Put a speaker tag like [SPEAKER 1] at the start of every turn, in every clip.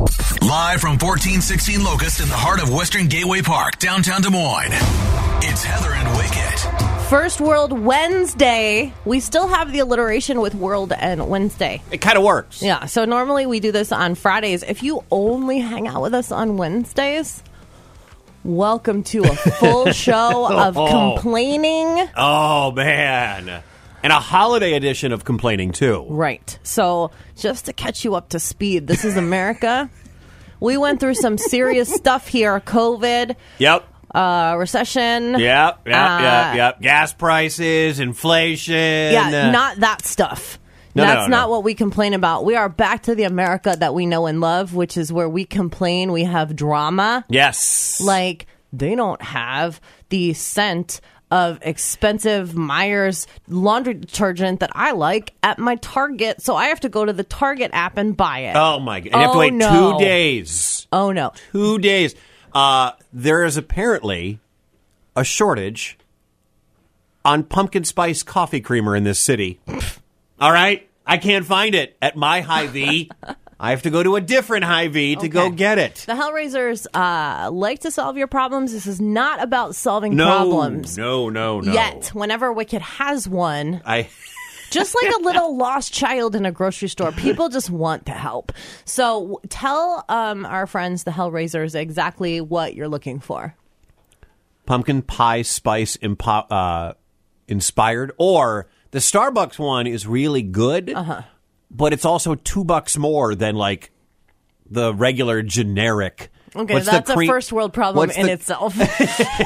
[SPEAKER 1] Live from 1416 Locust in the heart of Western Gateway Park, downtown Des Moines. It's Heather and Wicket.
[SPEAKER 2] First World Wednesday. We still have the alliteration with World and Wednesday.
[SPEAKER 3] It kind of works.
[SPEAKER 2] Yeah, so normally we do this on Fridays. If you only hang out with us on Wednesdays, welcome to a full show of
[SPEAKER 3] Oh.
[SPEAKER 2] complaining.
[SPEAKER 3] Oh man. And a holiday edition of complaining too.
[SPEAKER 2] Right. So, just to catch you up to speed, this is America. we went through some serious stuff here COVID,
[SPEAKER 3] Yep.
[SPEAKER 2] uh, recession.
[SPEAKER 3] Yep. Yep.
[SPEAKER 2] Uh,
[SPEAKER 3] yep. Yep. Gas prices, inflation.
[SPEAKER 2] Yeah,
[SPEAKER 3] uh,
[SPEAKER 2] not that stuff.
[SPEAKER 3] No, no,
[SPEAKER 2] That's
[SPEAKER 3] no.
[SPEAKER 2] not what we complain about. We are back to the America that we know and love, which is where we complain. We have drama.
[SPEAKER 3] Yes.
[SPEAKER 2] Like, they don't have the scent of expensive Myers laundry detergent that I like at my Target. So I have to go to the Target app and buy it.
[SPEAKER 3] oh my god. And you have
[SPEAKER 2] Oh,
[SPEAKER 3] to wait
[SPEAKER 2] no.
[SPEAKER 3] two days.
[SPEAKER 2] oh, no.
[SPEAKER 3] Two days. Uh, there is apparently a shortage on pumpkin spice coffee creamer in this city. All right. I can't find it at my Hy-Vee. I have to go to a different Hy-Vee to go
[SPEAKER 2] Okay.
[SPEAKER 3] get it.
[SPEAKER 2] The Hellraisers uh, like to solve your problems. This is not about solving
[SPEAKER 3] no,
[SPEAKER 2] problems.
[SPEAKER 3] No, no, no.
[SPEAKER 2] Yet, whenever Wicked has one,
[SPEAKER 3] I
[SPEAKER 2] just like a little lost child in a grocery store people just want to help so w- tell um, our friends the hellraisers exactly what you're looking for
[SPEAKER 3] pumpkin pie spice impo- uh, inspired, or the Starbucks one is really good,
[SPEAKER 2] Uh-huh.
[SPEAKER 3] but it's also two bucks more than like the regular generic.
[SPEAKER 2] okay
[SPEAKER 3] What's the
[SPEAKER 2] that's
[SPEAKER 3] cream-
[SPEAKER 2] a first world problem
[SPEAKER 3] what's
[SPEAKER 2] in
[SPEAKER 3] the-
[SPEAKER 2] itself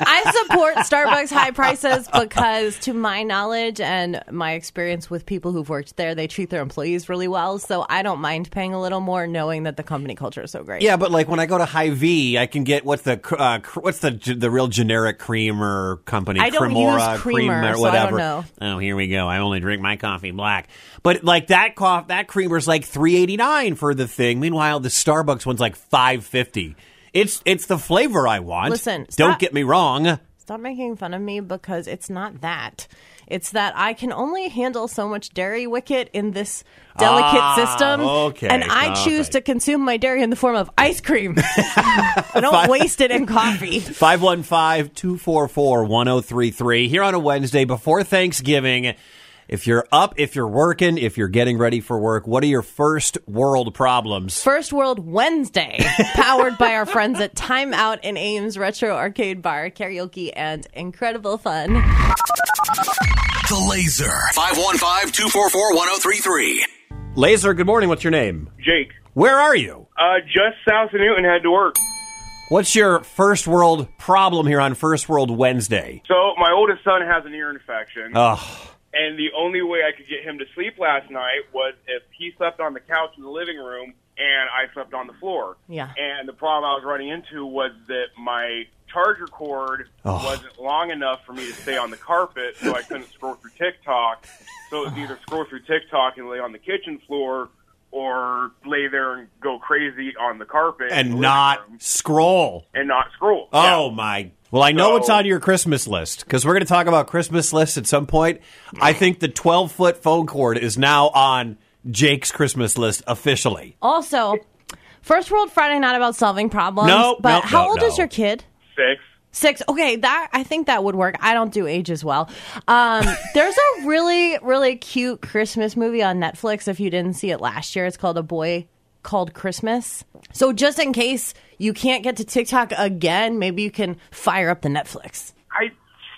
[SPEAKER 2] i support starbucks high prices because to my knowledge and my experience with people who've worked there they treat their employees really well so i don't mind paying a little more knowing that the company culture is so great
[SPEAKER 3] Yeah, but like when I go to High V, I can get what's the cr- uh, cr- what's the g- the real generic creamer company?
[SPEAKER 2] I don't
[SPEAKER 3] Cremora,
[SPEAKER 2] use creamer, so
[SPEAKER 3] creamer,
[SPEAKER 2] I don't
[SPEAKER 3] whatever.
[SPEAKER 2] know.
[SPEAKER 3] Oh, here we go. I only drink my coffee black. But like that cough, that creamer's like three eighty nine for the thing. Meanwhile, the Starbucks one's like five fifty. It's it's the flavor I want.
[SPEAKER 2] Listen,
[SPEAKER 3] don't
[SPEAKER 2] stop-
[SPEAKER 3] get me wrong.
[SPEAKER 2] Stop making fun of me because it's not that. It's that I can only handle so much dairy wicket in this delicate
[SPEAKER 3] Ah,
[SPEAKER 2] system.
[SPEAKER 3] okay,
[SPEAKER 2] And I
[SPEAKER 3] all
[SPEAKER 2] choose
[SPEAKER 3] right.
[SPEAKER 2] to consume my dairy in the form of ice cream. I don't waste it in coffee.
[SPEAKER 3] 515-244-1033 here on a Wednesday before Thanksgiving. If you're up, if you're working, if you're getting ready for work, what are your first world problems?
[SPEAKER 2] First World Wednesday, powered by our friends at Time Out and Ames Retro Arcade Bar, karaoke, and incredible fun.
[SPEAKER 1] The Laser. 515-244-1033.
[SPEAKER 3] Laser, good morning. What's your name?
[SPEAKER 4] Jake.
[SPEAKER 3] Where are you?
[SPEAKER 4] Uh, just south of Newton had to work.
[SPEAKER 3] What's your first world problem here on First World Wednesday?
[SPEAKER 4] So my oldest son has an ear infection,
[SPEAKER 3] Ugh.
[SPEAKER 4] and the only way I could get him to sleep last night was if he slept on the couch in the living room and I slept on the floor.
[SPEAKER 2] Yeah.
[SPEAKER 4] And the problem I was running into was that my charger cord wasn't long enough for me to stay on the carpet, so I couldn't scroll through TikTok. So it was either scroll through TikTok and lay on the kitchen floor, or lay there and go crazy on the carpet in the
[SPEAKER 3] and
[SPEAKER 4] living
[SPEAKER 3] not
[SPEAKER 4] room
[SPEAKER 3] scroll.
[SPEAKER 4] and not scroll. Yeah.
[SPEAKER 3] Oh my. Well, I know
[SPEAKER 4] So-
[SPEAKER 3] it's on your Christmas list because we're going to talk about Christmas lists at some point. I think the 12 foot phone cord is now on Jake's Christmas list officially.
[SPEAKER 2] Also, First World Friday, not about solving problems.
[SPEAKER 3] No,
[SPEAKER 2] but
[SPEAKER 3] no,
[SPEAKER 2] how
[SPEAKER 3] no,
[SPEAKER 2] old is
[SPEAKER 3] no.
[SPEAKER 2] your kid?
[SPEAKER 4] Six.
[SPEAKER 2] Six. Okay, that I think that would work. I don't do age as well. Um, there's a really, really cute Christmas movie on Netflix. If you didn't see it last year, it's called A Boy Called Christmas. So just in case you can't get to TikTok again, maybe you can fire up the Netflix.
[SPEAKER 4] I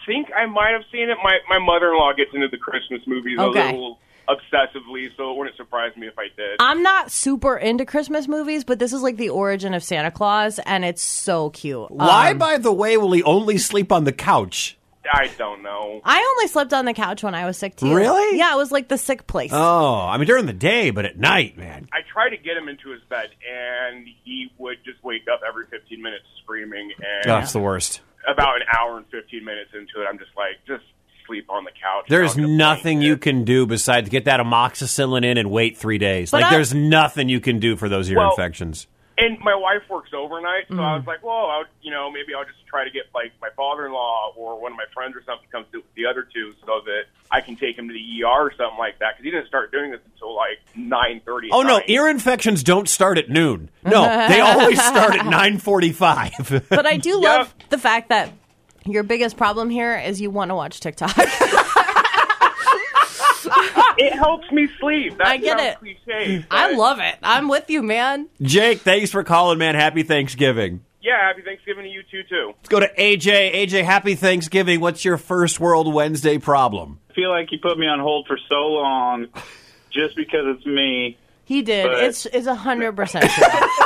[SPEAKER 4] think I might have seen it. My my mother in law gets into the Christmas movies a
[SPEAKER 2] Okay.
[SPEAKER 4] little obsessively, so it wouldn't surprise me if I did.
[SPEAKER 2] I'm not super into Christmas movies, but this is like the origin of Santa Claus, and it's so cute.
[SPEAKER 3] Why,
[SPEAKER 2] Um,
[SPEAKER 3] by the way, will he only sleep on the couch?
[SPEAKER 4] I don't know.
[SPEAKER 2] I only slept on the couch when I was sick too.
[SPEAKER 3] Really?
[SPEAKER 2] Yeah, it was like the sick place.
[SPEAKER 3] Oh, I mean, during the day, but at night, man.
[SPEAKER 4] I tried to get him into his bed, and he would just wake up every 15 minutes screaming. And
[SPEAKER 3] Oh, That's the worst.
[SPEAKER 4] about an hour and 15 minutes into it, I'm just like, just sleep on the couch.
[SPEAKER 3] There's
[SPEAKER 4] I'll get a
[SPEAKER 3] nothing you
[SPEAKER 4] blanket.
[SPEAKER 3] can do besides get that amoxicillin in and wait three days.
[SPEAKER 2] But
[SPEAKER 3] like,
[SPEAKER 2] I-
[SPEAKER 3] there's nothing you can do for those ear
[SPEAKER 4] Well-
[SPEAKER 3] infections.
[SPEAKER 4] and my wife works overnight, so
[SPEAKER 3] Mm.
[SPEAKER 4] I was like, well, I would, you know, maybe I'll just try to get like my father-in-law or one of my friends or something comes to with the other two, so that I can take him to the ER or something like that. Because he didn't start doing this until like nine thirty.
[SPEAKER 3] Oh no, ear infections don't start at noon. No, they always start at nine forty-five.
[SPEAKER 2] But I do love the fact that your biggest problem here is you want to watch TikTok.
[SPEAKER 4] it helps me sleep. That
[SPEAKER 2] I get
[SPEAKER 4] sounds
[SPEAKER 2] it.
[SPEAKER 4] Cliche,
[SPEAKER 3] Mm.
[SPEAKER 2] I
[SPEAKER 4] but-
[SPEAKER 2] love it. I'm with you, man.
[SPEAKER 3] Jake, thanks for calling, man. Happy Thanksgiving.
[SPEAKER 4] Yeah, happy Thanksgiving to you too, too.
[SPEAKER 3] Let's go to AJ. AJ, happy Thanksgiving. What's your first World Wednesday problem?
[SPEAKER 5] I feel like you put me on hold for so long just because it's me.
[SPEAKER 2] He did.
[SPEAKER 5] But-
[SPEAKER 2] It's it's a hundred percent true.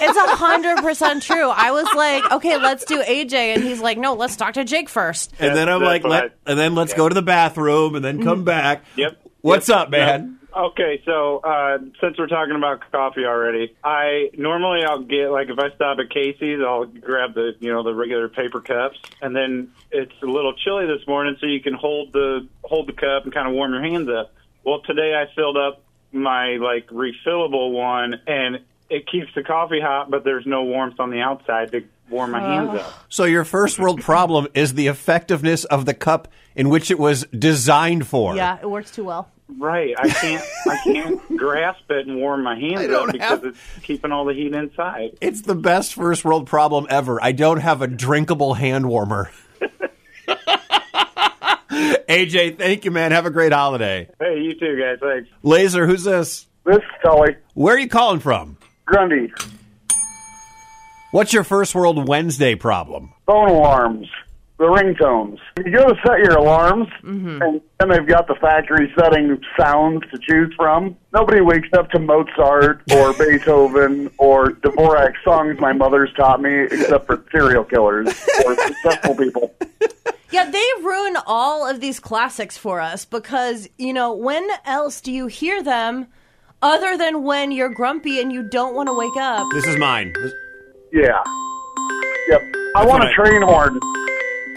[SPEAKER 2] it's a hundred percent true. I was like, okay, let's do AJ, and he's like, no, let's talk to Jake first.
[SPEAKER 3] And then I'm
[SPEAKER 5] that's
[SPEAKER 3] like,
[SPEAKER 5] what
[SPEAKER 3] let,
[SPEAKER 5] I-
[SPEAKER 3] and then let's go to the bathroom and then come back.
[SPEAKER 5] Yep.
[SPEAKER 3] What's
[SPEAKER 5] Yep.
[SPEAKER 3] up, man?
[SPEAKER 5] Okay, so uh, since we're talking about coffee already, I normally I'll get like if I stop at Casey's, I'll grab the you know the regular paper cups, and then it's a little chilly this morning, so you can hold the hold the cup and kind of warm your hands up. Well, today I filled up my like refillable one, and it keeps the coffee hot, but there's no warmth on the outside to warm my hands up.
[SPEAKER 3] So your first world problem is the effectiveness of the cup in which it was designed for.
[SPEAKER 2] Yeah, it works too well.
[SPEAKER 5] Right. I can't I can't grasp it and warm my hands
[SPEAKER 3] don't
[SPEAKER 5] up because
[SPEAKER 3] have-
[SPEAKER 5] it's keeping all the heat inside.
[SPEAKER 3] It's the best first world problem ever. I don't have a drinkable hand warmer. AJ, thank you, man. Have a great holiday.
[SPEAKER 5] Hey, you too guys, thanks.
[SPEAKER 3] Laser, who's this?
[SPEAKER 6] This is Scully
[SPEAKER 3] Where are you calling from?
[SPEAKER 6] Grundy.
[SPEAKER 3] What's your first world Wednesday problem?
[SPEAKER 6] Phone alarms, the ringtones. You go to set your alarms,
[SPEAKER 3] Mm-hmm.
[SPEAKER 6] and then they've got the factory setting sounds to choose from. Nobody wakes up to Mozart or Beethoven or Dvorak songs my mother's taught me, except for serial killers or successful people.
[SPEAKER 2] Yeah, they ruin all of these classics for us because, you know, when else do you hear them other than when you're grumpy and you don't want to wake up?
[SPEAKER 3] This is mine. This-
[SPEAKER 6] Yeah. Yep. I want
[SPEAKER 3] what I-
[SPEAKER 6] a train horn.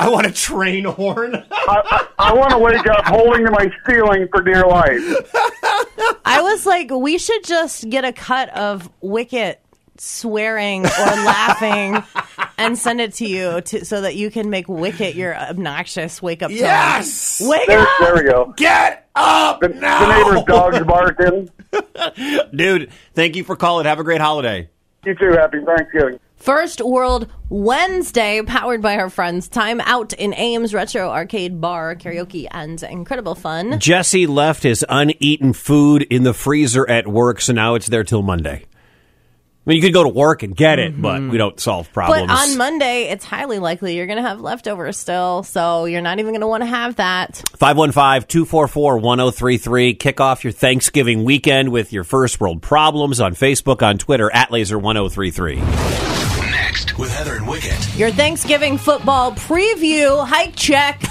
[SPEAKER 3] I want a train horn.
[SPEAKER 6] I, I, I want to wake up holding to my ceiling for dear life.
[SPEAKER 2] I was like, we should just get a cut of Wicket swearing or laughing and send it to you to, so that you can make Wicket your obnoxious wake up. tone.
[SPEAKER 3] yes!
[SPEAKER 2] Wake
[SPEAKER 6] There,
[SPEAKER 2] up!
[SPEAKER 6] there we go.
[SPEAKER 3] Get up
[SPEAKER 6] The,
[SPEAKER 3] now!
[SPEAKER 6] the neighbor's dog's barking.
[SPEAKER 3] Dude, thank you for calling. Have a great holiday.
[SPEAKER 6] You too. Happy Thanksgiving.
[SPEAKER 2] First World Wednesday, powered by our friends Time Out in Ames Retro Arcade Bar, Karaoke, and Incredible Fun.
[SPEAKER 3] Jesse left his uneaten food in the freezer at work, so now it's there till Monday. I mean, you could go to work and get it, but we don't solve problems.
[SPEAKER 2] Mm-hmm. But on Monday, it's highly likely you're going to have leftovers still, so you're not even going to want to have that.
[SPEAKER 3] 515 244 1033. Kick off your Thanksgiving weekend with your first world problems on Facebook, on Twitter, at laser1033.
[SPEAKER 1] Next with Heather and Wicket.
[SPEAKER 2] Your Thanksgiving football preview hike check.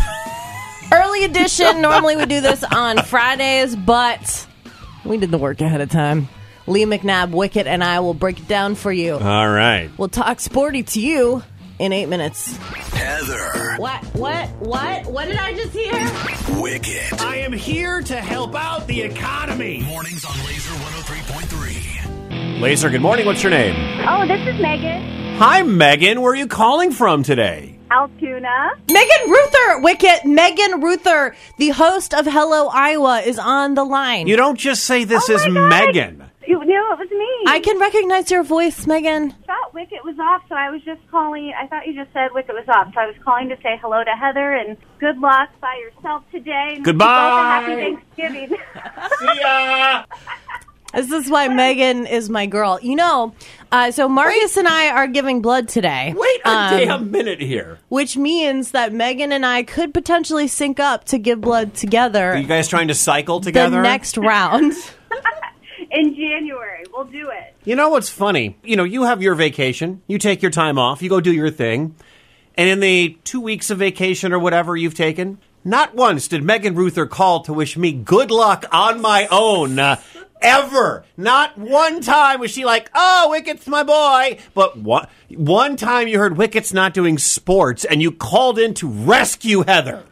[SPEAKER 2] Early edition. Normally we do this on Fridays, but we did the work ahead of time. Lee McNabb, Wicket, and I will break it down for you.
[SPEAKER 3] All right.
[SPEAKER 2] We'll talk sporty to you in eight minutes.
[SPEAKER 1] Heather.
[SPEAKER 2] What? What? What? What did I just hear?
[SPEAKER 1] Wicket.
[SPEAKER 3] I am here to help out the economy.
[SPEAKER 1] Mornings on Laser 103.3.
[SPEAKER 3] Laser, good morning. What's your name?
[SPEAKER 7] Oh, this is Megan.
[SPEAKER 3] Hi, Megan. Where are you calling from today?
[SPEAKER 7] Altoona.
[SPEAKER 2] Megan Ruther, Wicket. Megan Ruther, the host of Hello Iowa, is on the line.
[SPEAKER 3] You don't just say this
[SPEAKER 7] Oh
[SPEAKER 3] is
[SPEAKER 7] my God.
[SPEAKER 3] Megan.
[SPEAKER 7] You knew it was me.
[SPEAKER 2] I can recognize your voice, Megan.
[SPEAKER 7] thought Wicket was off, so I was just calling. I thought you just said Wicket was off, so I was calling to say hello to Heather and good luck by yourself today. And
[SPEAKER 3] Goodbye.
[SPEAKER 7] wish you both a happy Thanksgiving.
[SPEAKER 2] This is why Megan is my girl. You know, uh, so Marcus and I are giving blood today.
[SPEAKER 3] Wait a
[SPEAKER 2] um,
[SPEAKER 3] damn minute here.
[SPEAKER 2] Which means that Megan and I could potentially sync up to give blood together
[SPEAKER 3] Are you guys trying to cycle
[SPEAKER 2] the
[SPEAKER 3] together?
[SPEAKER 2] next round.
[SPEAKER 7] In January, we'll do it.
[SPEAKER 3] You know what's funny? You know, you have your vacation, you take your time off, you go do your thing, and in the two weeks of vacation or whatever you've taken, not once did Megan Ruther call to wish me good luck on my own. uh, Ever. Not one time was she like, oh, Wicket's my boy. But one, one time you heard Wicket's not doing sports and you called in to rescue Heather.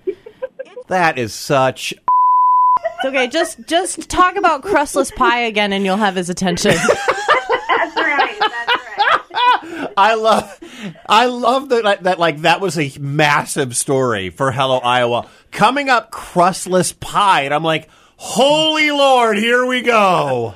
[SPEAKER 3] That is such
[SPEAKER 2] It's okay, just just talk about crustless pie again and you'll have his attention.
[SPEAKER 7] That's right. That's right.
[SPEAKER 3] I love, I love that. That like that was a massive story for Hello Iowa. Coming up, crustless pie, and I'm like, holy lord, here we go.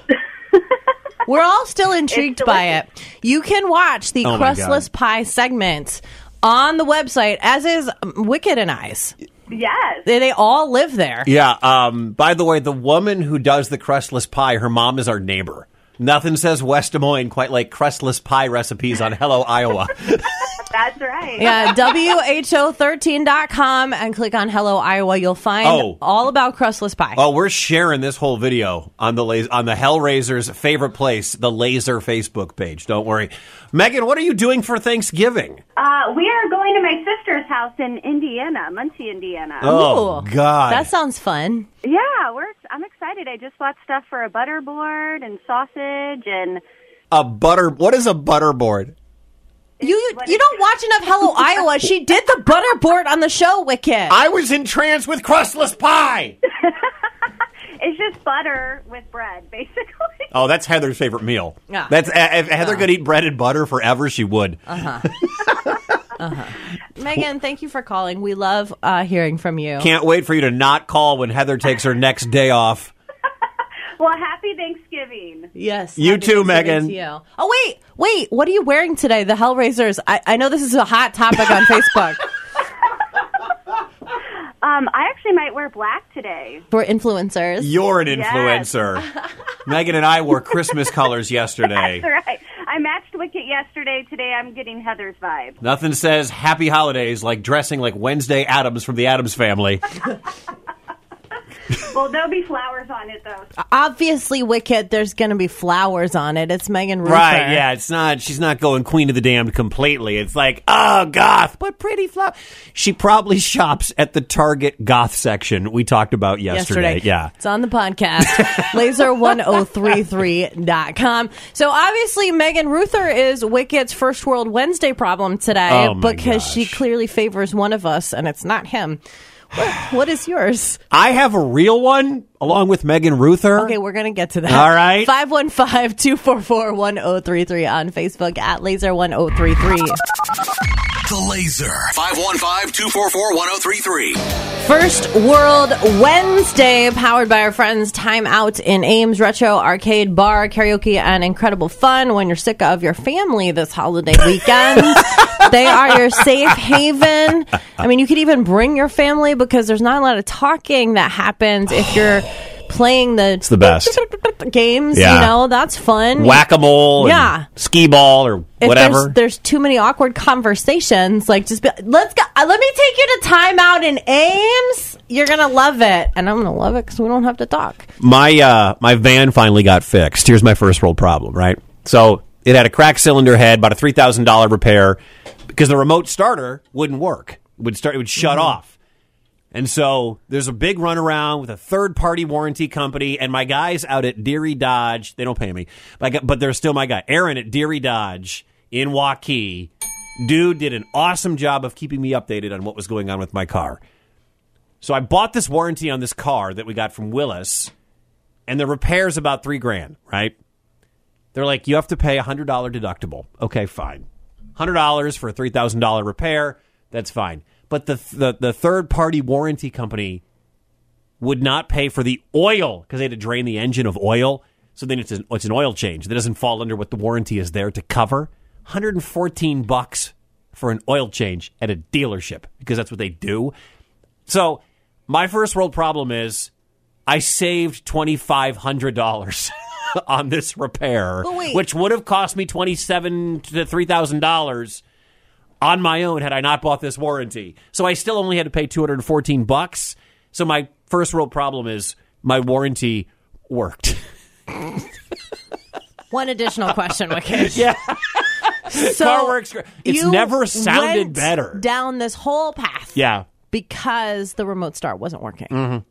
[SPEAKER 2] We're all still intrigued by it. You can watch the
[SPEAKER 3] Oh my God.
[SPEAKER 2] crustless pie segment on the website, as is um, Wicked and I's.
[SPEAKER 7] Yes.
[SPEAKER 2] They, they all live there.
[SPEAKER 3] Yeah. Um. By the way, the woman who does the crustless pie, her mom is our neighbor. Nothing says West Des Moines quite like crustless pie recipes on Hello Iowa.
[SPEAKER 7] That's right.
[SPEAKER 2] Yeah, WHO13.com and click on Hello Iowa. You'll find
[SPEAKER 3] Oh.
[SPEAKER 2] all about crustless pie.
[SPEAKER 3] Oh, we're sharing this whole video on the las- on the Hellraiser's favorite place, the Laser Facebook page. Don't worry, Megan. What are you doing for Thanksgiving?
[SPEAKER 7] Uh, we are going to my sister's house in Indiana, Muncie, Indiana.
[SPEAKER 3] Oh
[SPEAKER 2] Ooh,
[SPEAKER 3] God,
[SPEAKER 2] That sounds fun.
[SPEAKER 7] Yeah, we're. I'm excited. I just bought stuff for a butterboard and sausage and.
[SPEAKER 3] a butter. What is a butterboard?
[SPEAKER 2] You you don't watch enough Hello Iowa. She did the butterboard on the show, Wicked.
[SPEAKER 3] I was in trance with crustless pie.
[SPEAKER 7] It's just butter with bread, basically.
[SPEAKER 3] Oh, that's Heather's favorite meal.
[SPEAKER 2] Yeah. Uh-huh.
[SPEAKER 3] That's uh, if Heather could eat bread and butter forever, she would.
[SPEAKER 2] Megan, thank you for calling. We love uh, hearing from you.
[SPEAKER 3] Can't wait for you to not call when Heather takes her next day off.
[SPEAKER 7] Well, happy Thanksgiving.
[SPEAKER 2] yes.
[SPEAKER 3] You
[SPEAKER 2] happy
[SPEAKER 3] too,
[SPEAKER 2] Thanksgiving
[SPEAKER 3] Megan.
[SPEAKER 2] to you. Oh wait, wait. What are you wearing today? The Hellraisers. I, I know this is a hot topic on Facebook
[SPEAKER 7] Um, I actually might wear black today.
[SPEAKER 2] for influencers.
[SPEAKER 3] You're an influencer. Megan and I wore Christmas colors yesterday.
[SPEAKER 7] That's right. I matched Wicket yesterday. Today, I'm getting Heather's vibe.
[SPEAKER 3] Nothing says happy holidays like dressing like Wednesday Adams from the Adams family.
[SPEAKER 7] Well, there'll be flowers on it though.
[SPEAKER 2] Obviously, Wicked. There's going to be flowers on it. It's Megan. Ruther.
[SPEAKER 3] Right, yeah, it's not she's not going queen of the damned completely. It's like, oh goth, but pretty flop. She probably shops at the Target goth section we talked about yesterday. Yeah.
[SPEAKER 2] It's on the podcast, laser1033.com. So obviously, Megan Ruther is Wicket's First World Wednesday problem today
[SPEAKER 3] Oh my
[SPEAKER 2] because she
[SPEAKER 3] gosh.
[SPEAKER 2] clearly favors one of us, and it's not him. What, what is yours?
[SPEAKER 3] I have a real one along with Megan Ruther.
[SPEAKER 2] Okay, we're going to get to that.
[SPEAKER 3] All right.
[SPEAKER 2] 515 244 1033 on Facebook at laser1033.
[SPEAKER 1] The Laser. 515-244-1033.
[SPEAKER 2] First World Wednesday, powered by our friends Time Out in Ames Retro Arcade Bar, karaoke, and incredible fun when you're sick of your family this holiday weekend. they are your safe haven. I mean, you could even bring your family because there's not a lot of talking that happens if you're playing the,
[SPEAKER 3] the best.
[SPEAKER 2] games. You
[SPEAKER 3] Yeah.
[SPEAKER 2] know, that's fun.
[SPEAKER 3] Whack a mole,
[SPEAKER 2] Yeah.
[SPEAKER 3] skee ball or
[SPEAKER 2] If
[SPEAKER 3] whatever.
[SPEAKER 2] There's, there's too many awkward conversations. Like, just be, let's go. uh, Let me take you to time out in Ames. You're gonna love it, and I'm gonna love it because we don't have to talk.
[SPEAKER 3] my uh my van finally got fixed. Here's my first world problem, right? So it had a cracked cylinder head, about a three thousand dollar repair, because the remote starter wouldn't work. It would start it would shut off. And so there's a big runaround with a third party warranty company, and my guys out at Deary Dodge, they don't pay me, but, I got- but they're still my guy. Aaron at Deary Dodge in Waukee, dude did an awesome job of keeping me updated on what was going on with my car. So I bought this warranty on this car that we got from Willis, and the repair's about three grand, right? They're like, you have to pay a hundred dollar deductible. Okay, fine. Hundred dollars for a three thousand dollar repair, that's fine. But the the, the third party warranty company would not pay for the oil because they had to drain the engine of oil. So then it's an, it's an oil change that doesn't fall under what the warranty is there to cover. 114 bucks for an oil change at a dealership because that's what they do. So my first world problem is I saved twenty five hundred dollars on this repair,
[SPEAKER 2] But wait.
[SPEAKER 3] which would have cost me twenty seven to three thousand dollars on my own had I not bought this warranty. So I still only had to pay 214 bucks. So my first real problem is my warranty worked.
[SPEAKER 2] One additional question, Wicked. yeah. So
[SPEAKER 3] Car works great. It's
[SPEAKER 2] you
[SPEAKER 3] never sounded
[SPEAKER 2] went
[SPEAKER 3] better.
[SPEAKER 2] Down this whole path,
[SPEAKER 3] yeah.
[SPEAKER 2] because the remote start wasn't working, and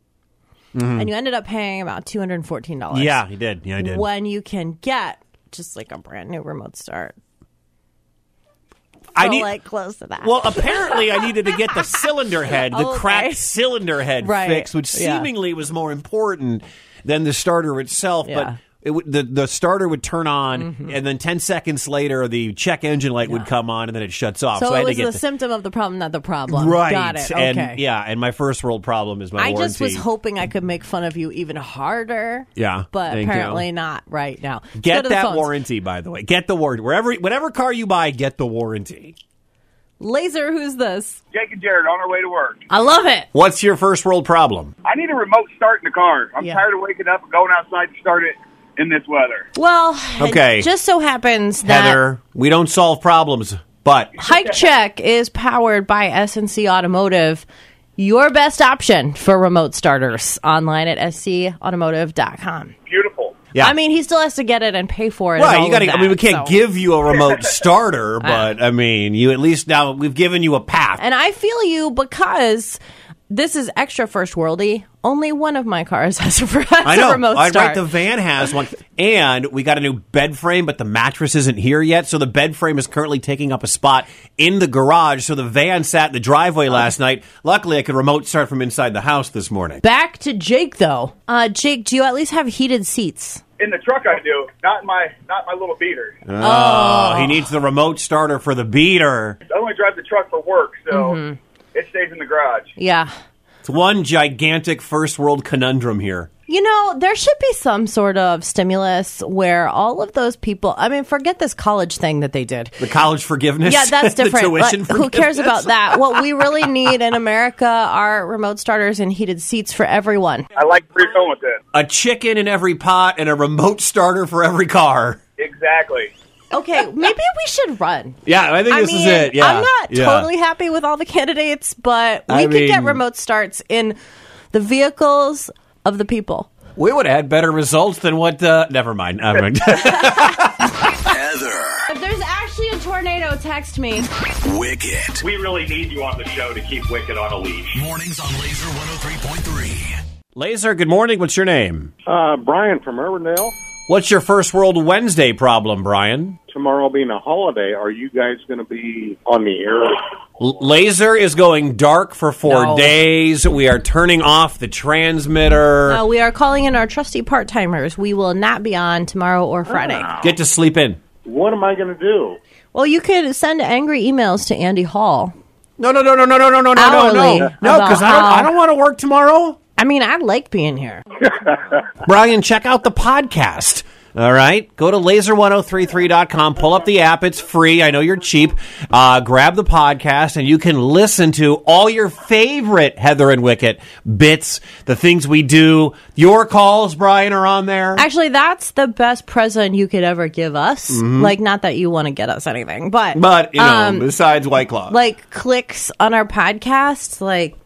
[SPEAKER 2] you ended up paying about two hundred and fourteen dollars.
[SPEAKER 3] Mm-hmm. Yeah, he did. Yeah, I did.
[SPEAKER 2] when you can get just like a brand new remote start,
[SPEAKER 3] I
[SPEAKER 2] So,
[SPEAKER 3] need
[SPEAKER 2] like close to that.
[SPEAKER 3] Well, apparently I needed to get the cylinder head, the
[SPEAKER 2] Okay.
[SPEAKER 3] cracked cylinder head
[SPEAKER 2] Right.
[SPEAKER 3] fixed, which
[SPEAKER 2] Yeah.
[SPEAKER 3] seemingly was more important than the starter itself,
[SPEAKER 2] Yeah. Mm-hmm.
[SPEAKER 3] but it would the the starter would turn on, and then ten seconds later the check engine light would come on, and then it shuts off.
[SPEAKER 2] So,
[SPEAKER 3] So,
[SPEAKER 2] it
[SPEAKER 3] I had to
[SPEAKER 2] was
[SPEAKER 3] get
[SPEAKER 2] the,
[SPEAKER 3] the-
[SPEAKER 2] symptom of the problem, not the problem.
[SPEAKER 3] right.
[SPEAKER 2] Got it. Okay.
[SPEAKER 3] And yeah, and my first world problem is my
[SPEAKER 2] I
[SPEAKER 3] warranty.
[SPEAKER 2] just was hoping I could make fun of you even harder.
[SPEAKER 3] Yeah,
[SPEAKER 2] But
[SPEAKER 3] thank you.
[SPEAKER 2] apparently not right now. Let's go
[SPEAKER 3] Get
[SPEAKER 2] to the
[SPEAKER 3] that
[SPEAKER 2] phones.
[SPEAKER 3] warranty, by the way. Get the warranty. Wherever, whatever car you buy, get the warranty.
[SPEAKER 2] Laser, who's this?
[SPEAKER 4] Jake and Jared on our way to work.
[SPEAKER 2] I love it.
[SPEAKER 3] What's your first world problem?
[SPEAKER 4] I need a remote start in the car. I'm
[SPEAKER 2] Yeah.
[SPEAKER 4] tired of waking up and going outside to start it in this weather.
[SPEAKER 2] Well,
[SPEAKER 3] Okay.
[SPEAKER 2] it just so happens that
[SPEAKER 3] Heather, we don't solve problems, but
[SPEAKER 2] Hike Check is powered by SNC Automotive. Your best option for remote starters online at scautomotive.com.
[SPEAKER 4] Beautiful.
[SPEAKER 3] yeah,
[SPEAKER 2] I mean, he still has to get it and pay for it. and
[SPEAKER 3] right?
[SPEAKER 2] all
[SPEAKER 3] You got to.
[SPEAKER 2] of
[SPEAKER 3] I mean, we
[SPEAKER 2] that,
[SPEAKER 3] can't
[SPEAKER 2] so- Uh.
[SPEAKER 3] give you a remote starter, but I mean, you at least now we've given you a path.
[SPEAKER 2] And I feel you because this is extra first worldy. Only one of my cars has a, has
[SPEAKER 3] I know.
[SPEAKER 2] a remote
[SPEAKER 3] I
[SPEAKER 2] start.
[SPEAKER 3] right. The van has one, and we got a new bed frame, but the mattress isn't here yet. So the bed frame is currently taking up a spot in the garage. So the van sat in the driveway last night. Luckily, I could remote start from inside the house this morning.
[SPEAKER 2] Back to Jake though. Uh, Jake, do you at least have heated seats?
[SPEAKER 4] In the truck, I do. Not in my not my little beater.
[SPEAKER 3] Oh, he needs the remote starter for the beater.
[SPEAKER 4] I only drive the truck for work, so it stays in the garage.
[SPEAKER 2] Yeah.
[SPEAKER 3] It's one gigantic first world conundrum here.
[SPEAKER 2] You know, there should be some sort of stimulus where all of those people, I mean, forget this college thing that they did.
[SPEAKER 3] The college forgiveness.
[SPEAKER 2] Yeah, that's
[SPEAKER 3] the
[SPEAKER 2] different.
[SPEAKER 3] tuition
[SPEAKER 2] Like, who cares about
[SPEAKER 3] forgiveness.
[SPEAKER 2] that? What we really need in America are remote starters and heated seats for everyone.
[SPEAKER 4] I like where you're going with this.
[SPEAKER 3] A chicken in every pot and a remote starter for every car.
[SPEAKER 4] Exactly.
[SPEAKER 2] Okay, maybe we should run.
[SPEAKER 3] Yeah, I think
[SPEAKER 2] I
[SPEAKER 3] this
[SPEAKER 2] mean,
[SPEAKER 3] is it. Yeah,
[SPEAKER 2] I'm not
[SPEAKER 3] Yeah.
[SPEAKER 2] totally happy with all the candidates, but we
[SPEAKER 3] I
[SPEAKER 2] could get
[SPEAKER 3] mean-
[SPEAKER 2] remote starts in the vehicles of the people.
[SPEAKER 3] We would have had better results than what. Uh, never mind. I mean,
[SPEAKER 1] Heather.
[SPEAKER 2] If there's actually a tornado, text me.
[SPEAKER 1] Wicket.
[SPEAKER 4] We really need you on the show to keep Wicked on a leash.
[SPEAKER 1] Mornings on Laser 103.3.
[SPEAKER 3] Laser, good morning. What's your name?
[SPEAKER 5] Uh, Brian from Irwindale.
[SPEAKER 3] What's your first World Wednesday problem, Brian?
[SPEAKER 5] Tomorrow being a holiday, are you guys going to be on the air?
[SPEAKER 3] L- Laser is going dark for four
[SPEAKER 2] No.
[SPEAKER 3] days. We are turning off the transmitter.
[SPEAKER 2] Uh, we are calling in our trusty part timers. We will not be on tomorrow or Friday.
[SPEAKER 3] Get to sleep in.
[SPEAKER 5] What am I going to do?
[SPEAKER 2] Well, you could send angry emails to Andy Hall.
[SPEAKER 3] No, no, no, no, no, no, no, no, no, no,
[SPEAKER 2] Hourly
[SPEAKER 3] no, because I don't,
[SPEAKER 2] about
[SPEAKER 3] I don't want to work tomorrow.
[SPEAKER 2] I mean, I like being here.
[SPEAKER 3] Brian, check out the podcast. All right. Go to laser1033.com, pull up the app. It's free. I know you're cheap. Uh, grab the podcast, and you can listen to all your favorite Heather and Wicket bits, the things we do. Your calls, Brian, are on there.
[SPEAKER 2] Actually, that's the best present you could ever give us. Like, not that you want to get us anything, but
[SPEAKER 3] Mm-hmm. but, you know,
[SPEAKER 2] um,
[SPEAKER 3] besides White Claw.
[SPEAKER 2] like clicks on our podcast, like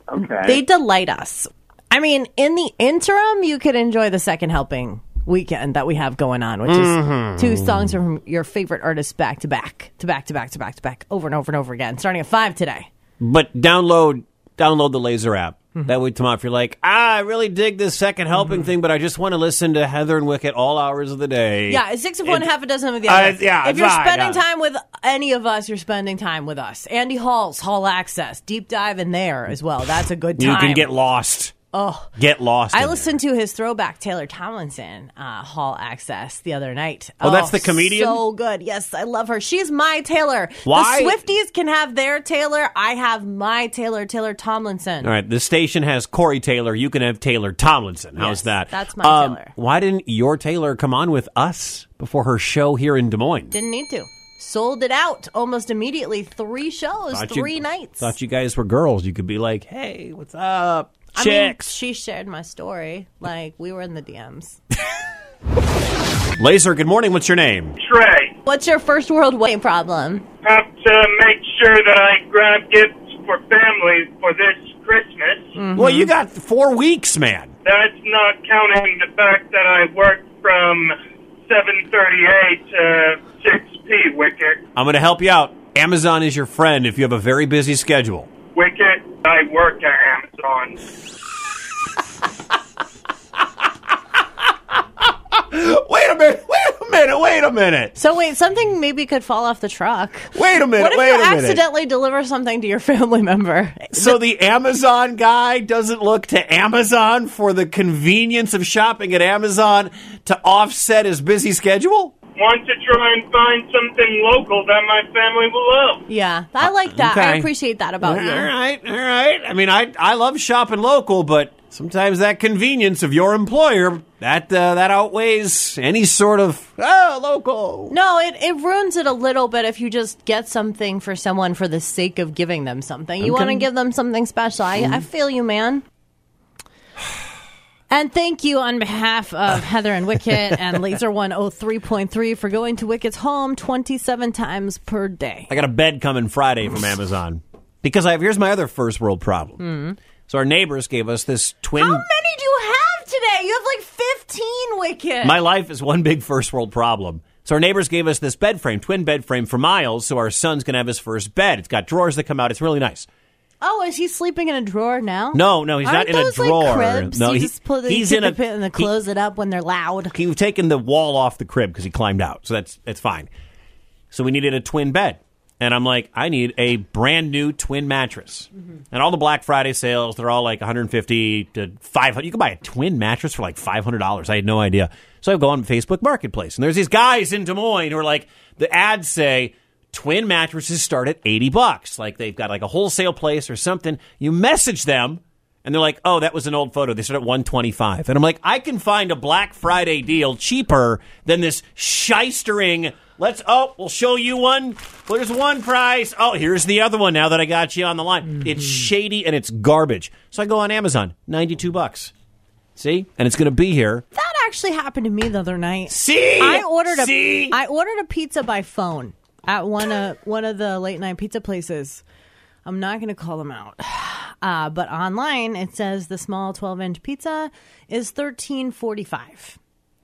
[SPEAKER 2] they delight us. I mean, in the interim, you could enjoy the second helping weekend that we have going on, which
[SPEAKER 3] Mm-hmm.
[SPEAKER 2] is two songs from your favorite artists back to back, to back to back to back to back, over and over and over again, starting at five today.
[SPEAKER 3] but download download the Laser app.
[SPEAKER 2] Hmm.
[SPEAKER 3] That way, tomorrow, if you're like, ah, I really dig this second helping thing, but I just want to listen to Heather and Wicket all hours of the day.
[SPEAKER 2] Yeah, it's six of one,
[SPEAKER 3] It-
[SPEAKER 2] half a dozen of the other.
[SPEAKER 3] Uh, yeah,
[SPEAKER 2] if you're
[SPEAKER 3] right,
[SPEAKER 2] spending
[SPEAKER 3] yeah.
[SPEAKER 2] time with any of us, you're spending time with us. Andy Hall's Hall Access, deep dive in there as well. That's a good time.
[SPEAKER 3] You can get lost. Oh, get lost.
[SPEAKER 2] I
[SPEAKER 3] in
[SPEAKER 2] listened to his throwback Taylor Tomlinson uh, Hall Access the other night.
[SPEAKER 3] Oh, that's the comedian?
[SPEAKER 2] So good. Yes, I love her. She's my Taylor.
[SPEAKER 3] Why-
[SPEAKER 2] The Swifties can have their Taylor. I have my Taylor, Taylor Tomlinson.
[SPEAKER 3] All right, the station has Corey Taylor. You can have Taylor Tomlinson. How's
[SPEAKER 2] Yes,
[SPEAKER 3] that? Um,
[SPEAKER 2] that's my Taylor.
[SPEAKER 3] Why didn't your Taylor come on with us before her show here in Des Moines?
[SPEAKER 2] Didn't need to. Sold it out almost immediately. Three shows,
[SPEAKER 3] Thought you-
[SPEAKER 2] three nights.
[SPEAKER 3] Thought you guys were girls. You could be like, "Hey, what's up,
[SPEAKER 2] I mean,
[SPEAKER 3] chicks?"
[SPEAKER 2] she shared my story. Like, we were in the DMs.
[SPEAKER 3] Laser. Good morning. What's your name?
[SPEAKER 8] Trey,
[SPEAKER 2] What's your first world way problem?
[SPEAKER 8] have to make sure that I grab gifts for family for this Christmas.
[SPEAKER 2] Mm-hmm.
[SPEAKER 3] Well, you got four weeks, man.
[SPEAKER 8] That's not counting the fact that I work from 7:38 to 6 p. Wicket,
[SPEAKER 3] I'm going to help you out. Amazon is your friend if you have a very busy schedule.
[SPEAKER 8] Wicket, I work at Amazon.
[SPEAKER 3] Wait a minute. Wait a minute. Wait a minute.
[SPEAKER 2] So wait, something maybe could fall off the truck.
[SPEAKER 3] Wait a minute.
[SPEAKER 2] What if
[SPEAKER 3] wait
[SPEAKER 2] you
[SPEAKER 3] a minute.
[SPEAKER 2] accidentally deliver something to your family member?
[SPEAKER 3] So the Amazon guy doesn't look to Amazon for the convenience of shopping at Amazon to offset his busy schedule?
[SPEAKER 8] Want to try and find something local that my family will love.
[SPEAKER 2] Yeah, I like that. I
[SPEAKER 3] okay.
[SPEAKER 2] appreciate that about
[SPEAKER 3] All
[SPEAKER 2] you.
[SPEAKER 3] right, all right. I mean, I I love shopping local, but sometimes that convenience of your employer that uh, that outweighs any sort of oh local.
[SPEAKER 2] No, it, it ruins it a little bit if you just get something for someone for the sake of giving them something. You want to give them something special. I, I feel you, man. And thank you on behalf of Heather and Wicket and Laser 103.3 for going to Wicket's home 27 times per day.
[SPEAKER 3] I got a bed coming Friday from Amazon because I have here's my other first world problem. So our neighbors gave us this twin.
[SPEAKER 2] How many do you have today? You have like 15, Wicket.
[SPEAKER 3] My life is one big first world problem. So our neighbors gave us this bed frame, twin bed frame for Miles, so our son's gonna have his first bed. It's got drawers that come out. It's really nice.
[SPEAKER 2] oh, is he sleeping in a drawer now?
[SPEAKER 3] No, no, he's
[SPEAKER 2] Aren't
[SPEAKER 3] not in a
[SPEAKER 2] those,
[SPEAKER 3] drawer.
[SPEAKER 2] Like cribs?
[SPEAKER 3] No,
[SPEAKER 2] you
[SPEAKER 3] he-
[SPEAKER 2] just put,
[SPEAKER 3] he's
[SPEAKER 2] you
[SPEAKER 3] in a-
[SPEAKER 2] the pit and then
[SPEAKER 3] he-
[SPEAKER 2] close it up when they're loud.
[SPEAKER 3] You've taken the wall off the crib because he climbed out, so that's that's fine. So we needed a twin bed, and I'm like, I need a brand new twin mattress. And all the Black Friday sales, they're all like 150 to 500. You can buy a twin mattress for like 500 dollars. I had no idea. So I go on Facebook Marketplace, and there's these guys in Des Moines who are like, the ads say. Twin mattresses start at 80 bucks. Like they've got like a wholesale place or something. You message them and they're like, "Oh, that was an old photo. They started at 125." And I'm like, "I can find a Black Friday deal cheaper than this shystering. Let's oh, we'll show you one. There's one price. Oh, here's the other one now that I got you on the line. It's shady and it's garbage." So I go on Amazon, 92 bucks. See? And it's going to be here.
[SPEAKER 2] That actually happened to me the other night.
[SPEAKER 3] See?
[SPEAKER 2] I ordered a
[SPEAKER 3] See?
[SPEAKER 2] I ordered a pizza by phone at one of one of the late night pizza places. I'm not going to call them out, uh, but online it says the small 12 inch pizza is 13.45.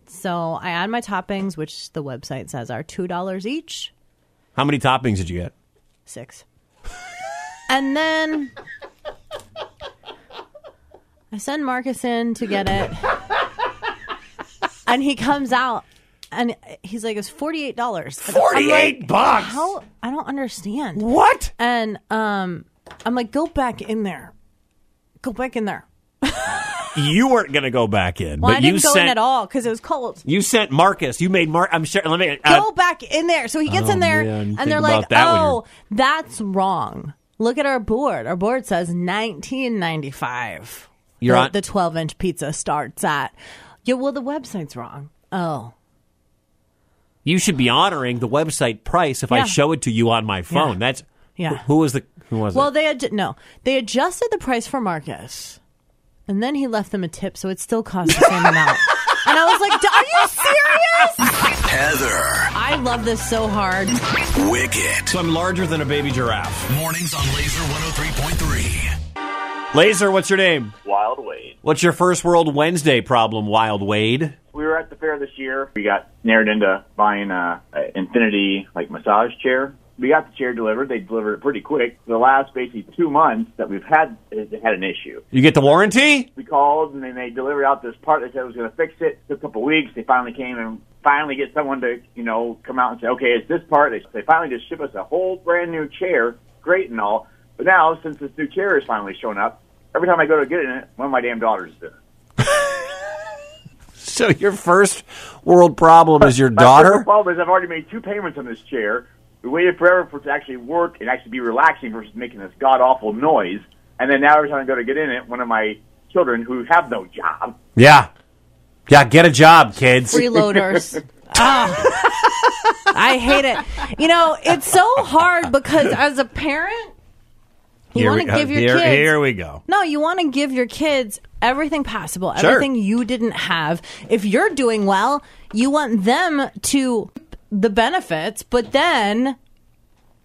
[SPEAKER 2] So I add my toppings, which the website says are two dollars each,
[SPEAKER 3] How many toppings did you get?
[SPEAKER 2] six, and then I send Marcus in to get it, and he comes out. And he's like, it's forty eight dollars.
[SPEAKER 3] 48 bucks.
[SPEAKER 2] How I don't understand.
[SPEAKER 3] What?
[SPEAKER 2] And um, I'm like, go back in there, go back in there.
[SPEAKER 3] You weren't going to go back in,
[SPEAKER 2] Well,
[SPEAKER 3] but
[SPEAKER 2] I
[SPEAKER 3] you
[SPEAKER 2] didn't go
[SPEAKER 3] sent
[SPEAKER 2] in at all because it was cold.
[SPEAKER 3] you sent Marcus. You made Mark I'm sure let me uh,
[SPEAKER 2] go back in there. So he gets
[SPEAKER 3] Oh,
[SPEAKER 2] in there,
[SPEAKER 3] man, think
[SPEAKER 2] and they're
[SPEAKER 3] about
[SPEAKER 2] like,
[SPEAKER 3] that when
[SPEAKER 2] oh, that's wrong. Look at our board. Our board says 1995.
[SPEAKER 3] You're
[SPEAKER 2] the,
[SPEAKER 3] on-
[SPEAKER 2] the 12 inch pizza starts at. Yeah, well, the website's wrong. Oh,
[SPEAKER 3] You should be honoring the website price if I
[SPEAKER 2] Yeah.
[SPEAKER 3] show it to you on my phone.
[SPEAKER 2] Yeah.
[SPEAKER 3] That's
[SPEAKER 2] Yeah.
[SPEAKER 3] Who was the who was
[SPEAKER 2] Well,
[SPEAKER 3] it?
[SPEAKER 2] they ad- no, they adjusted the price for Marcus, and then he left them a tip, so it still cost the same amount. And I was like, "D- "Are you serious?"
[SPEAKER 1] Heather,
[SPEAKER 2] I love this so hard.
[SPEAKER 1] Wicket.
[SPEAKER 3] So I'm larger than a baby giraffe.
[SPEAKER 1] Mornings on Laser 103.3.
[SPEAKER 3] Laser, what's your name?
[SPEAKER 9] Wild Wade.
[SPEAKER 3] What's your first World Wednesday problem, Wild Wade?
[SPEAKER 9] We were at the fair this year. We got snared into buying a, a infinity like massage chair. We got the chair delivered. They delivered it pretty quick. The last basically two months that we've had it had an issue.
[SPEAKER 3] You get the warranty?
[SPEAKER 9] We called and then they delivered out this part. They said it was going to fix it. Took a couple weeks. They finally came and finally get someone to you know come out and say, okay, it's this part. They, they finally just ship us a whole brand new chair, great and all. But now since this new chair has finally shown up, every time I go to get it, one of my damn daughters is in it.
[SPEAKER 3] So your first world problem is your
[SPEAKER 9] My
[SPEAKER 3] daughter?
[SPEAKER 9] personal problem is I've already made two payments on this chair. We waited forever for it to actually work and actually be relaxing versus making this god awful noise. And then now every time I go to get in it, one of my children who have no job.
[SPEAKER 3] Yeah. Yeah, get a job, kids.
[SPEAKER 2] Freeloaders. Ah. I hate it. You know, it's so hard because as a parent, you
[SPEAKER 3] Here
[SPEAKER 2] want
[SPEAKER 3] we
[SPEAKER 2] to
[SPEAKER 3] go.
[SPEAKER 2] give your
[SPEAKER 3] here,
[SPEAKER 2] kids
[SPEAKER 3] here we go.
[SPEAKER 2] No, you want to give your kids everything possible,
[SPEAKER 3] Sure.
[SPEAKER 2] everything you didn't have. If you're doing well, you want them to the benefits, but then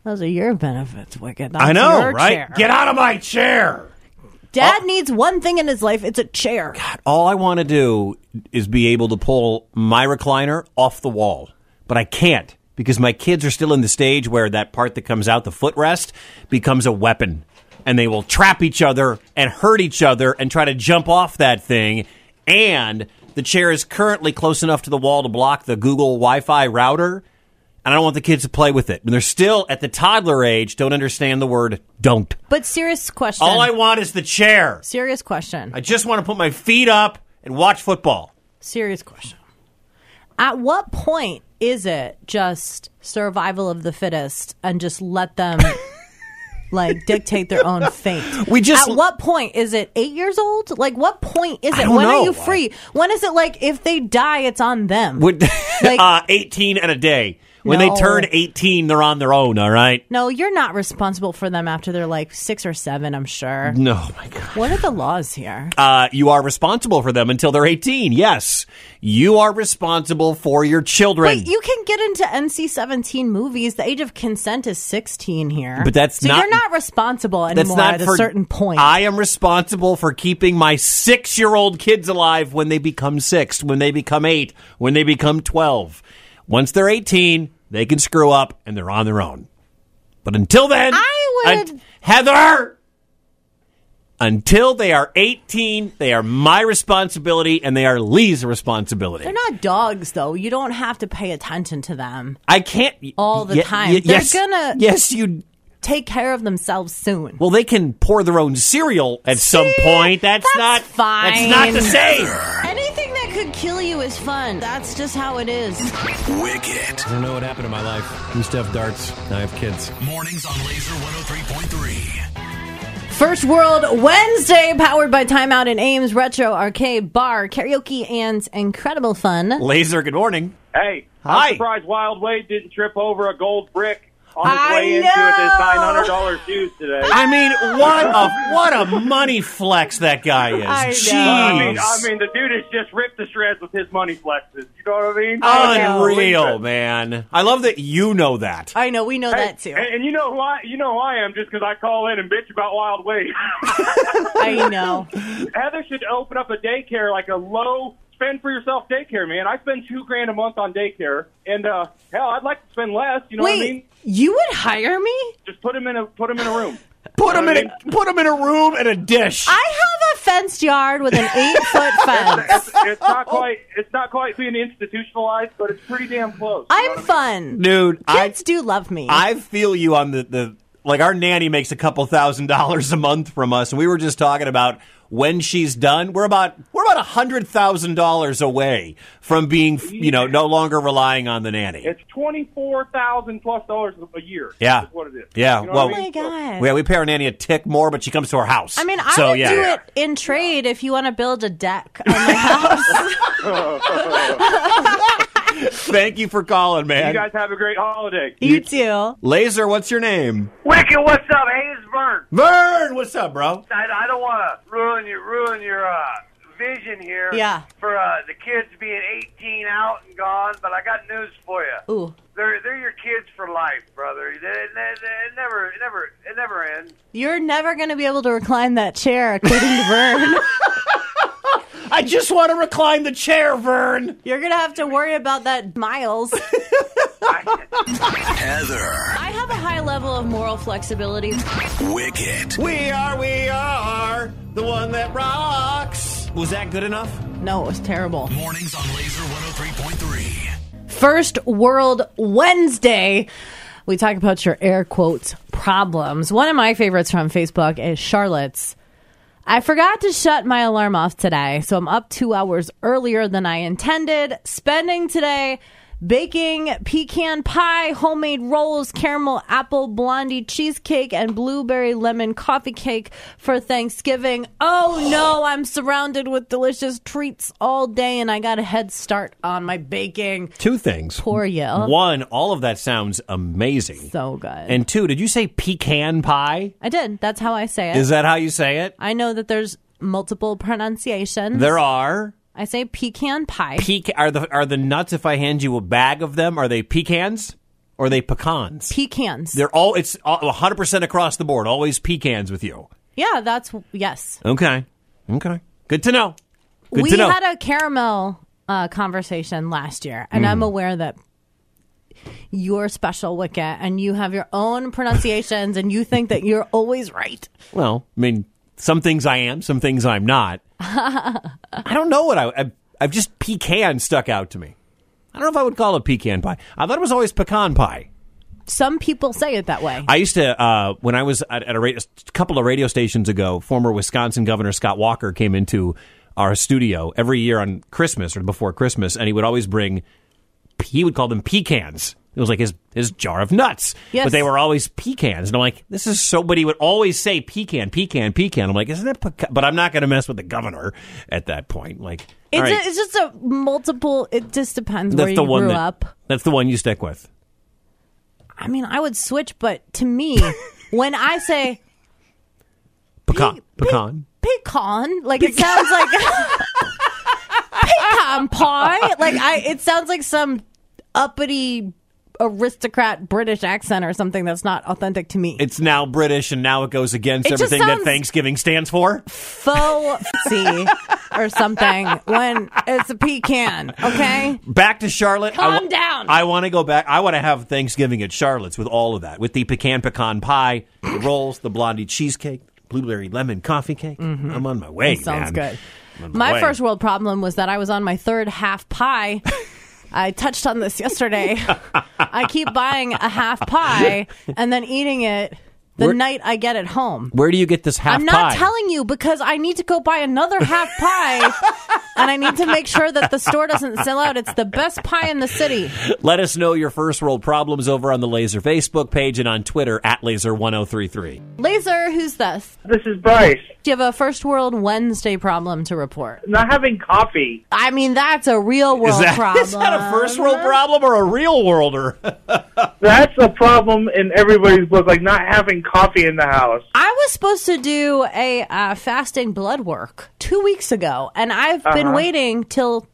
[SPEAKER 2] those are your benefits, Wicked. That's
[SPEAKER 3] I know,
[SPEAKER 2] your
[SPEAKER 3] right? Oh.
[SPEAKER 2] chair.
[SPEAKER 3] Get out of my chair.
[SPEAKER 2] Dad needs one thing in his life. It's a chair.
[SPEAKER 3] All I want to do is be able to pull my recliner off the wall, but I can't because my kids are still in the stage where that part that comes out, the footrest, becomes a weapon. And they will trap each other and hurt each other and try to jump off that thing. And The chair is currently close enough to the wall to block the Google Wi Fi router, and I don't want the kids to play with it. And they're still at the toddler age, don't understand the word don't.
[SPEAKER 2] But serious question.
[SPEAKER 3] All I want is the chair.
[SPEAKER 2] serious question.
[SPEAKER 3] I just want to put my feet up and watch football.
[SPEAKER 2] serious question. At what point is it just survival of the fittest and just let them like dictate their own fate?
[SPEAKER 3] We just-
[SPEAKER 2] At what point is it 8 years old? Like what point is it?
[SPEAKER 3] don't
[SPEAKER 2] when
[SPEAKER 3] know.
[SPEAKER 2] are you free? When is it like if they die it's on them?
[SPEAKER 3] Would,
[SPEAKER 2] Like-
[SPEAKER 3] uh, 18 and a day. When
[SPEAKER 2] No.
[SPEAKER 3] they turn 18, they're on their own, all right?
[SPEAKER 2] no, you're not responsible for them after they're like 6 or 7, I'm sure.
[SPEAKER 3] No, my God.
[SPEAKER 2] What are the laws here?
[SPEAKER 3] uh, you are responsible for them until they're 18. Yes, you are responsible for your children.
[SPEAKER 2] Wait, you can get into NC seventeen movies. The age of consent is sixteen here,
[SPEAKER 3] But that's
[SPEAKER 2] so
[SPEAKER 3] not-
[SPEAKER 2] you're not responsible anymore
[SPEAKER 3] That's not
[SPEAKER 2] at
[SPEAKER 3] for
[SPEAKER 2] a certain point.
[SPEAKER 3] I am responsible for keeping my six-year-old kids alive when they become six, when they become eight, when they become 12. Once they're 18, they can screw up and they're on their own. But until then,
[SPEAKER 2] I would-
[SPEAKER 3] un- Heather. Until they are 18, they are my responsibility and they are Lee's responsibility.
[SPEAKER 2] They're not dogs, though. You don't have to pay attention to them.
[SPEAKER 3] I can't
[SPEAKER 2] All the
[SPEAKER 3] Ye-
[SPEAKER 2] time.
[SPEAKER 3] ye-
[SPEAKER 2] They're
[SPEAKER 3] yes,
[SPEAKER 2] gonna-
[SPEAKER 3] Yes, you.
[SPEAKER 2] Take care of themselves soon.
[SPEAKER 3] Well, they can pour their own cereal at some point. That's,
[SPEAKER 2] that's
[SPEAKER 3] not
[SPEAKER 2] fine.
[SPEAKER 3] That's not the same.
[SPEAKER 2] Anything that could kill you is fun. That's just how it is.
[SPEAKER 1] Wicked.
[SPEAKER 10] I don't know what happened in my life. I used to have darts. Now I have kids.
[SPEAKER 1] Mornings on Laser 103.3.
[SPEAKER 2] First World Wednesday, powered by Timeout and Ames Retro Arcade Bar, karaoke, and incredible fun.
[SPEAKER 3] Laser, good morning.
[SPEAKER 5] Hey,
[SPEAKER 3] Hi.
[SPEAKER 5] I'm surprised Wild Wade didn't trip over a gold brick on his
[SPEAKER 2] I
[SPEAKER 5] way into it with his
[SPEAKER 2] know.
[SPEAKER 5] nine hundred dollars shoes today.
[SPEAKER 3] I mean, what a what a money flex that guy is.
[SPEAKER 2] I know.
[SPEAKER 5] I mean,
[SPEAKER 3] Jeez.
[SPEAKER 5] I mean, the dude is just ripped to shreds with his money flexes. You know what I mean?
[SPEAKER 3] Oh, Unreal, man. I love that you know that.
[SPEAKER 2] I know, we know
[SPEAKER 5] Hey,
[SPEAKER 2] that too.
[SPEAKER 5] And, and you know who I you know who I am just because I call in and bitch about Wild Wade.
[SPEAKER 2] I know.
[SPEAKER 5] Heather should open up a daycare like a low spend for yourself daycare, man. I spend two grand a month on daycare, and uh, hell, I'd like to spend less. You know
[SPEAKER 2] Wait,
[SPEAKER 5] what I mean?
[SPEAKER 2] you would hire me?
[SPEAKER 5] Just put him in a put him in a room.
[SPEAKER 3] Put him in a put him in a room and a dish.
[SPEAKER 2] I have a fenced yard with an eight foot fence.
[SPEAKER 5] It's, it's not quite it's not quite being institutionalized, but it's pretty damn close. You know
[SPEAKER 2] I'm
[SPEAKER 5] what I mean?
[SPEAKER 2] fun.
[SPEAKER 3] Dude, I
[SPEAKER 2] Kids do love me.
[SPEAKER 3] I feel you on the, the like our nanny makes a couple thousand dollars a month from us, and we were just talking about when she's done, we're about we're about a hundred thousand dollars away from being you know no longer relying on the nanny.
[SPEAKER 5] It's twenty four thousand plus dollars a year.
[SPEAKER 3] Yeah.
[SPEAKER 5] is what it is.
[SPEAKER 3] Yeah,
[SPEAKER 5] You know
[SPEAKER 3] well-
[SPEAKER 5] what
[SPEAKER 2] oh
[SPEAKER 5] I
[SPEAKER 2] my
[SPEAKER 5] mean?
[SPEAKER 2] god.
[SPEAKER 3] Yeah, we pay our nanny a tick more, but she comes to our house.
[SPEAKER 2] I mean, I
[SPEAKER 3] so
[SPEAKER 2] would
[SPEAKER 3] yeah.
[SPEAKER 2] do it in trade if you want to build a deck on my house.
[SPEAKER 3] Thank you for calling,
[SPEAKER 5] So,
[SPEAKER 3] man.
[SPEAKER 5] you guys have a great holiday.
[SPEAKER 2] you too.
[SPEAKER 3] Laser, what's your name?
[SPEAKER 8] Wicked, what's up? Hayes Burn.
[SPEAKER 3] Vern, what's up, bro?
[SPEAKER 8] I, I don't want to ruin your ruin your uh, vision here.
[SPEAKER 2] Yeah.
[SPEAKER 8] For uh, the kids being 18 out and gone, but I got news for you.
[SPEAKER 2] Ooh.
[SPEAKER 8] They're they're your kids for life, brother. They, they, they- it never it never it never ends.
[SPEAKER 2] You're never going to be able to recline that chair, according to Vern.
[SPEAKER 3] I just want to recline the chair, Vern.
[SPEAKER 2] You're going to have to worry about that miles.
[SPEAKER 1] Heather.
[SPEAKER 2] I have a high level of moral flexibility.
[SPEAKER 1] Wicked.
[SPEAKER 3] We are, we are the one that rocks. Was that good enough?
[SPEAKER 2] No, it was terrible.
[SPEAKER 1] Mornings on Laser 103.3.
[SPEAKER 2] First World Wednesday. We talk about your air quotes problems. One of my favorites from Facebook is Charlotte's. I forgot to shut my alarm off today, so I'm up two hours earlier than I intended. Spending today baking pecan pie, homemade rolls, caramel apple blondie cheesecake, and blueberry lemon coffee cake for Thanksgiving. Oh no, I'm surrounded with delicious treats all day, and I got a head start on my baking
[SPEAKER 3] Two things.
[SPEAKER 2] for you.
[SPEAKER 3] One, all of that sounds amazing.
[SPEAKER 2] So good.
[SPEAKER 3] And two, did you say pecan pie?
[SPEAKER 2] I did. That's how I say it.
[SPEAKER 3] Is that how you say it?
[SPEAKER 2] I know that there's multiple pronunciations.
[SPEAKER 3] There are
[SPEAKER 2] I say pecan pie.
[SPEAKER 3] pecan. Are the are the nuts? If I hand you a bag of them, are they pecans or are they pecans?
[SPEAKER 2] Pecans.
[SPEAKER 3] They're all. It's one hundred percent across the board. Always pecans with you.
[SPEAKER 2] yeah, that's yes.
[SPEAKER 3] Okay. Okay. Good to know. Good
[SPEAKER 2] we
[SPEAKER 3] to know.
[SPEAKER 2] had a caramel uh, conversation last year, and
[SPEAKER 3] Mm.
[SPEAKER 2] I'm aware that you're special, Wicket, and you have your own pronunciations, and you think that you're always right.
[SPEAKER 3] well, I mean, some things I am, some things I'm not. I don't know what I. I I've just pecan stuck out to me. I don't know if I would call it pecan pie. I thought it was always pecan pie.
[SPEAKER 2] Some people say it that way.
[SPEAKER 3] I used to uh, when I was at, at a, ra- a couple of radio stations ago. Former Wisconsin Governor Scott Walker came into our studio every year on Christmas or before Christmas, and he would always bring. He would call them pecans. It was like his his jar of nuts,
[SPEAKER 2] Yes.
[SPEAKER 3] but they were always pecans. And I'm like, this is so. But he would always say pecan, pecan, pecan. I'm like, isn't that? Pecan? But I'm not going to mess with the governor at that point. Like, all
[SPEAKER 2] It's,
[SPEAKER 3] right,
[SPEAKER 2] a, it's just a multiple. It just depends where
[SPEAKER 3] that's
[SPEAKER 2] you
[SPEAKER 3] the one
[SPEAKER 2] grew
[SPEAKER 3] that-
[SPEAKER 2] up.
[SPEAKER 3] That's the one you stick with.
[SPEAKER 2] I mean, I would switch, but to me, when I say
[SPEAKER 3] Pecan, pecan.
[SPEAKER 2] pecan, like it sounds like pecan pie. Like I, it sounds like some uppity aristocrat British accent or something that's not authentic to me.
[SPEAKER 3] it's now British and now it goes against
[SPEAKER 2] It just
[SPEAKER 3] everything that
[SPEAKER 2] sounds-
[SPEAKER 3] Thanksgiving stands for.
[SPEAKER 2] Faux see or something when it's a pecan. Okay,
[SPEAKER 3] Back to Charlotte. I
[SPEAKER 2] Calm down.
[SPEAKER 3] I want to go back. I want to have Thanksgiving at Charlotte's with all of that, with the pecan pecan pie, the rolls, the blondie cheesecake, blueberry lemon coffee cake. I'm on my way.
[SPEAKER 2] Mm-hmm. That sounds
[SPEAKER 3] man.
[SPEAKER 2] good.
[SPEAKER 3] I'm on
[SPEAKER 2] My
[SPEAKER 3] way.
[SPEAKER 2] first world problem was that I was on my third half pie. I touched on this yesterday. I keep buying a half pie and then eating it the
[SPEAKER 3] Where-
[SPEAKER 2] night I get it home.
[SPEAKER 3] Where do you get this half
[SPEAKER 2] I'm not
[SPEAKER 3] pie?
[SPEAKER 2] telling you because I need to go buy another half pie and I need to make sure that the store doesn't sell out. It's the best pie in the city.
[SPEAKER 3] Let us know your first world problems over on the Laser Facebook page and on Twitter at Laser1033.
[SPEAKER 2] Laser, who's this?
[SPEAKER 11] This is Bryce.
[SPEAKER 2] Do you have a first world Wednesday problem to report?
[SPEAKER 11] Not having coffee.
[SPEAKER 2] I mean, that's a real world
[SPEAKER 3] Is that,
[SPEAKER 2] problem.
[SPEAKER 3] is that a first world problem or a real worlder?
[SPEAKER 11] That's a problem in everybody's book, like not having coffee in the house.
[SPEAKER 2] I was supposed to do a uh, fasting blood work two weeks ago, and I've been
[SPEAKER 3] Uh-huh.
[SPEAKER 2] waiting till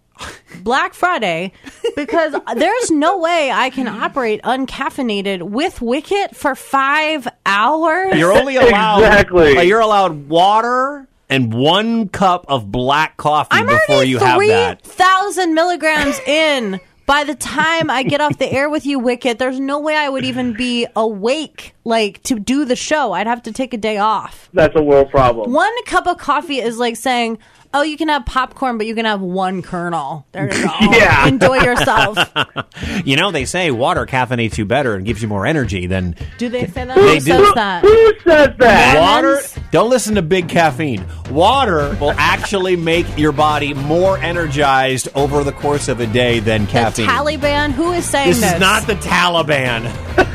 [SPEAKER 2] Black Friday because there's no way I can operate uncaffeinated with Wicket for five hours.
[SPEAKER 3] You're only allowed
[SPEAKER 11] Exactly.
[SPEAKER 3] uh, you're allowed water and one cup of black coffee
[SPEAKER 2] I'm
[SPEAKER 3] before
[SPEAKER 2] already
[SPEAKER 3] you have
[SPEAKER 2] three
[SPEAKER 3] that.
[SPEAKER 2] thousand milligrams in. By the time I get off the air with you, Wicket, there's no way I would even be awake, like to do the show. I'd have to take a day off.
[SPEAKER 11] That's a world problem.
[SPEAKER 2] One cup of coffee is like saying, "Oh, you can have popcorn, but you can have one kernel." There you go.
[SPEAKER 11] Yeah.
[SPEAKER 2] enjoy yourself.
[SPEAKER 3] You know they say water caffeinates you better and gives you more energy than
[SPEAKER 2] Do they say that?
[SPEAKER 3] They
[SPEAKER 2] Who
[SPEAKER 3] do.
[SPEAKER 2] says that?
[SPEAKER 11] Who says that?
[SPEAKER 3] water.
[SPEAKER 2] Lemons?
[SPEAKER 3] Don't listen to big caffeine. Water will actually make your body more energized over the course of a day than
[SPEAKER 2] The
[SPEAKER 3] caffeine.
[SPEAKER 2] Taliban. Who is saying
[SPEAKER 3] this
[SPEAKER 2] this?
[SPEAKER 3] is not the Taliban.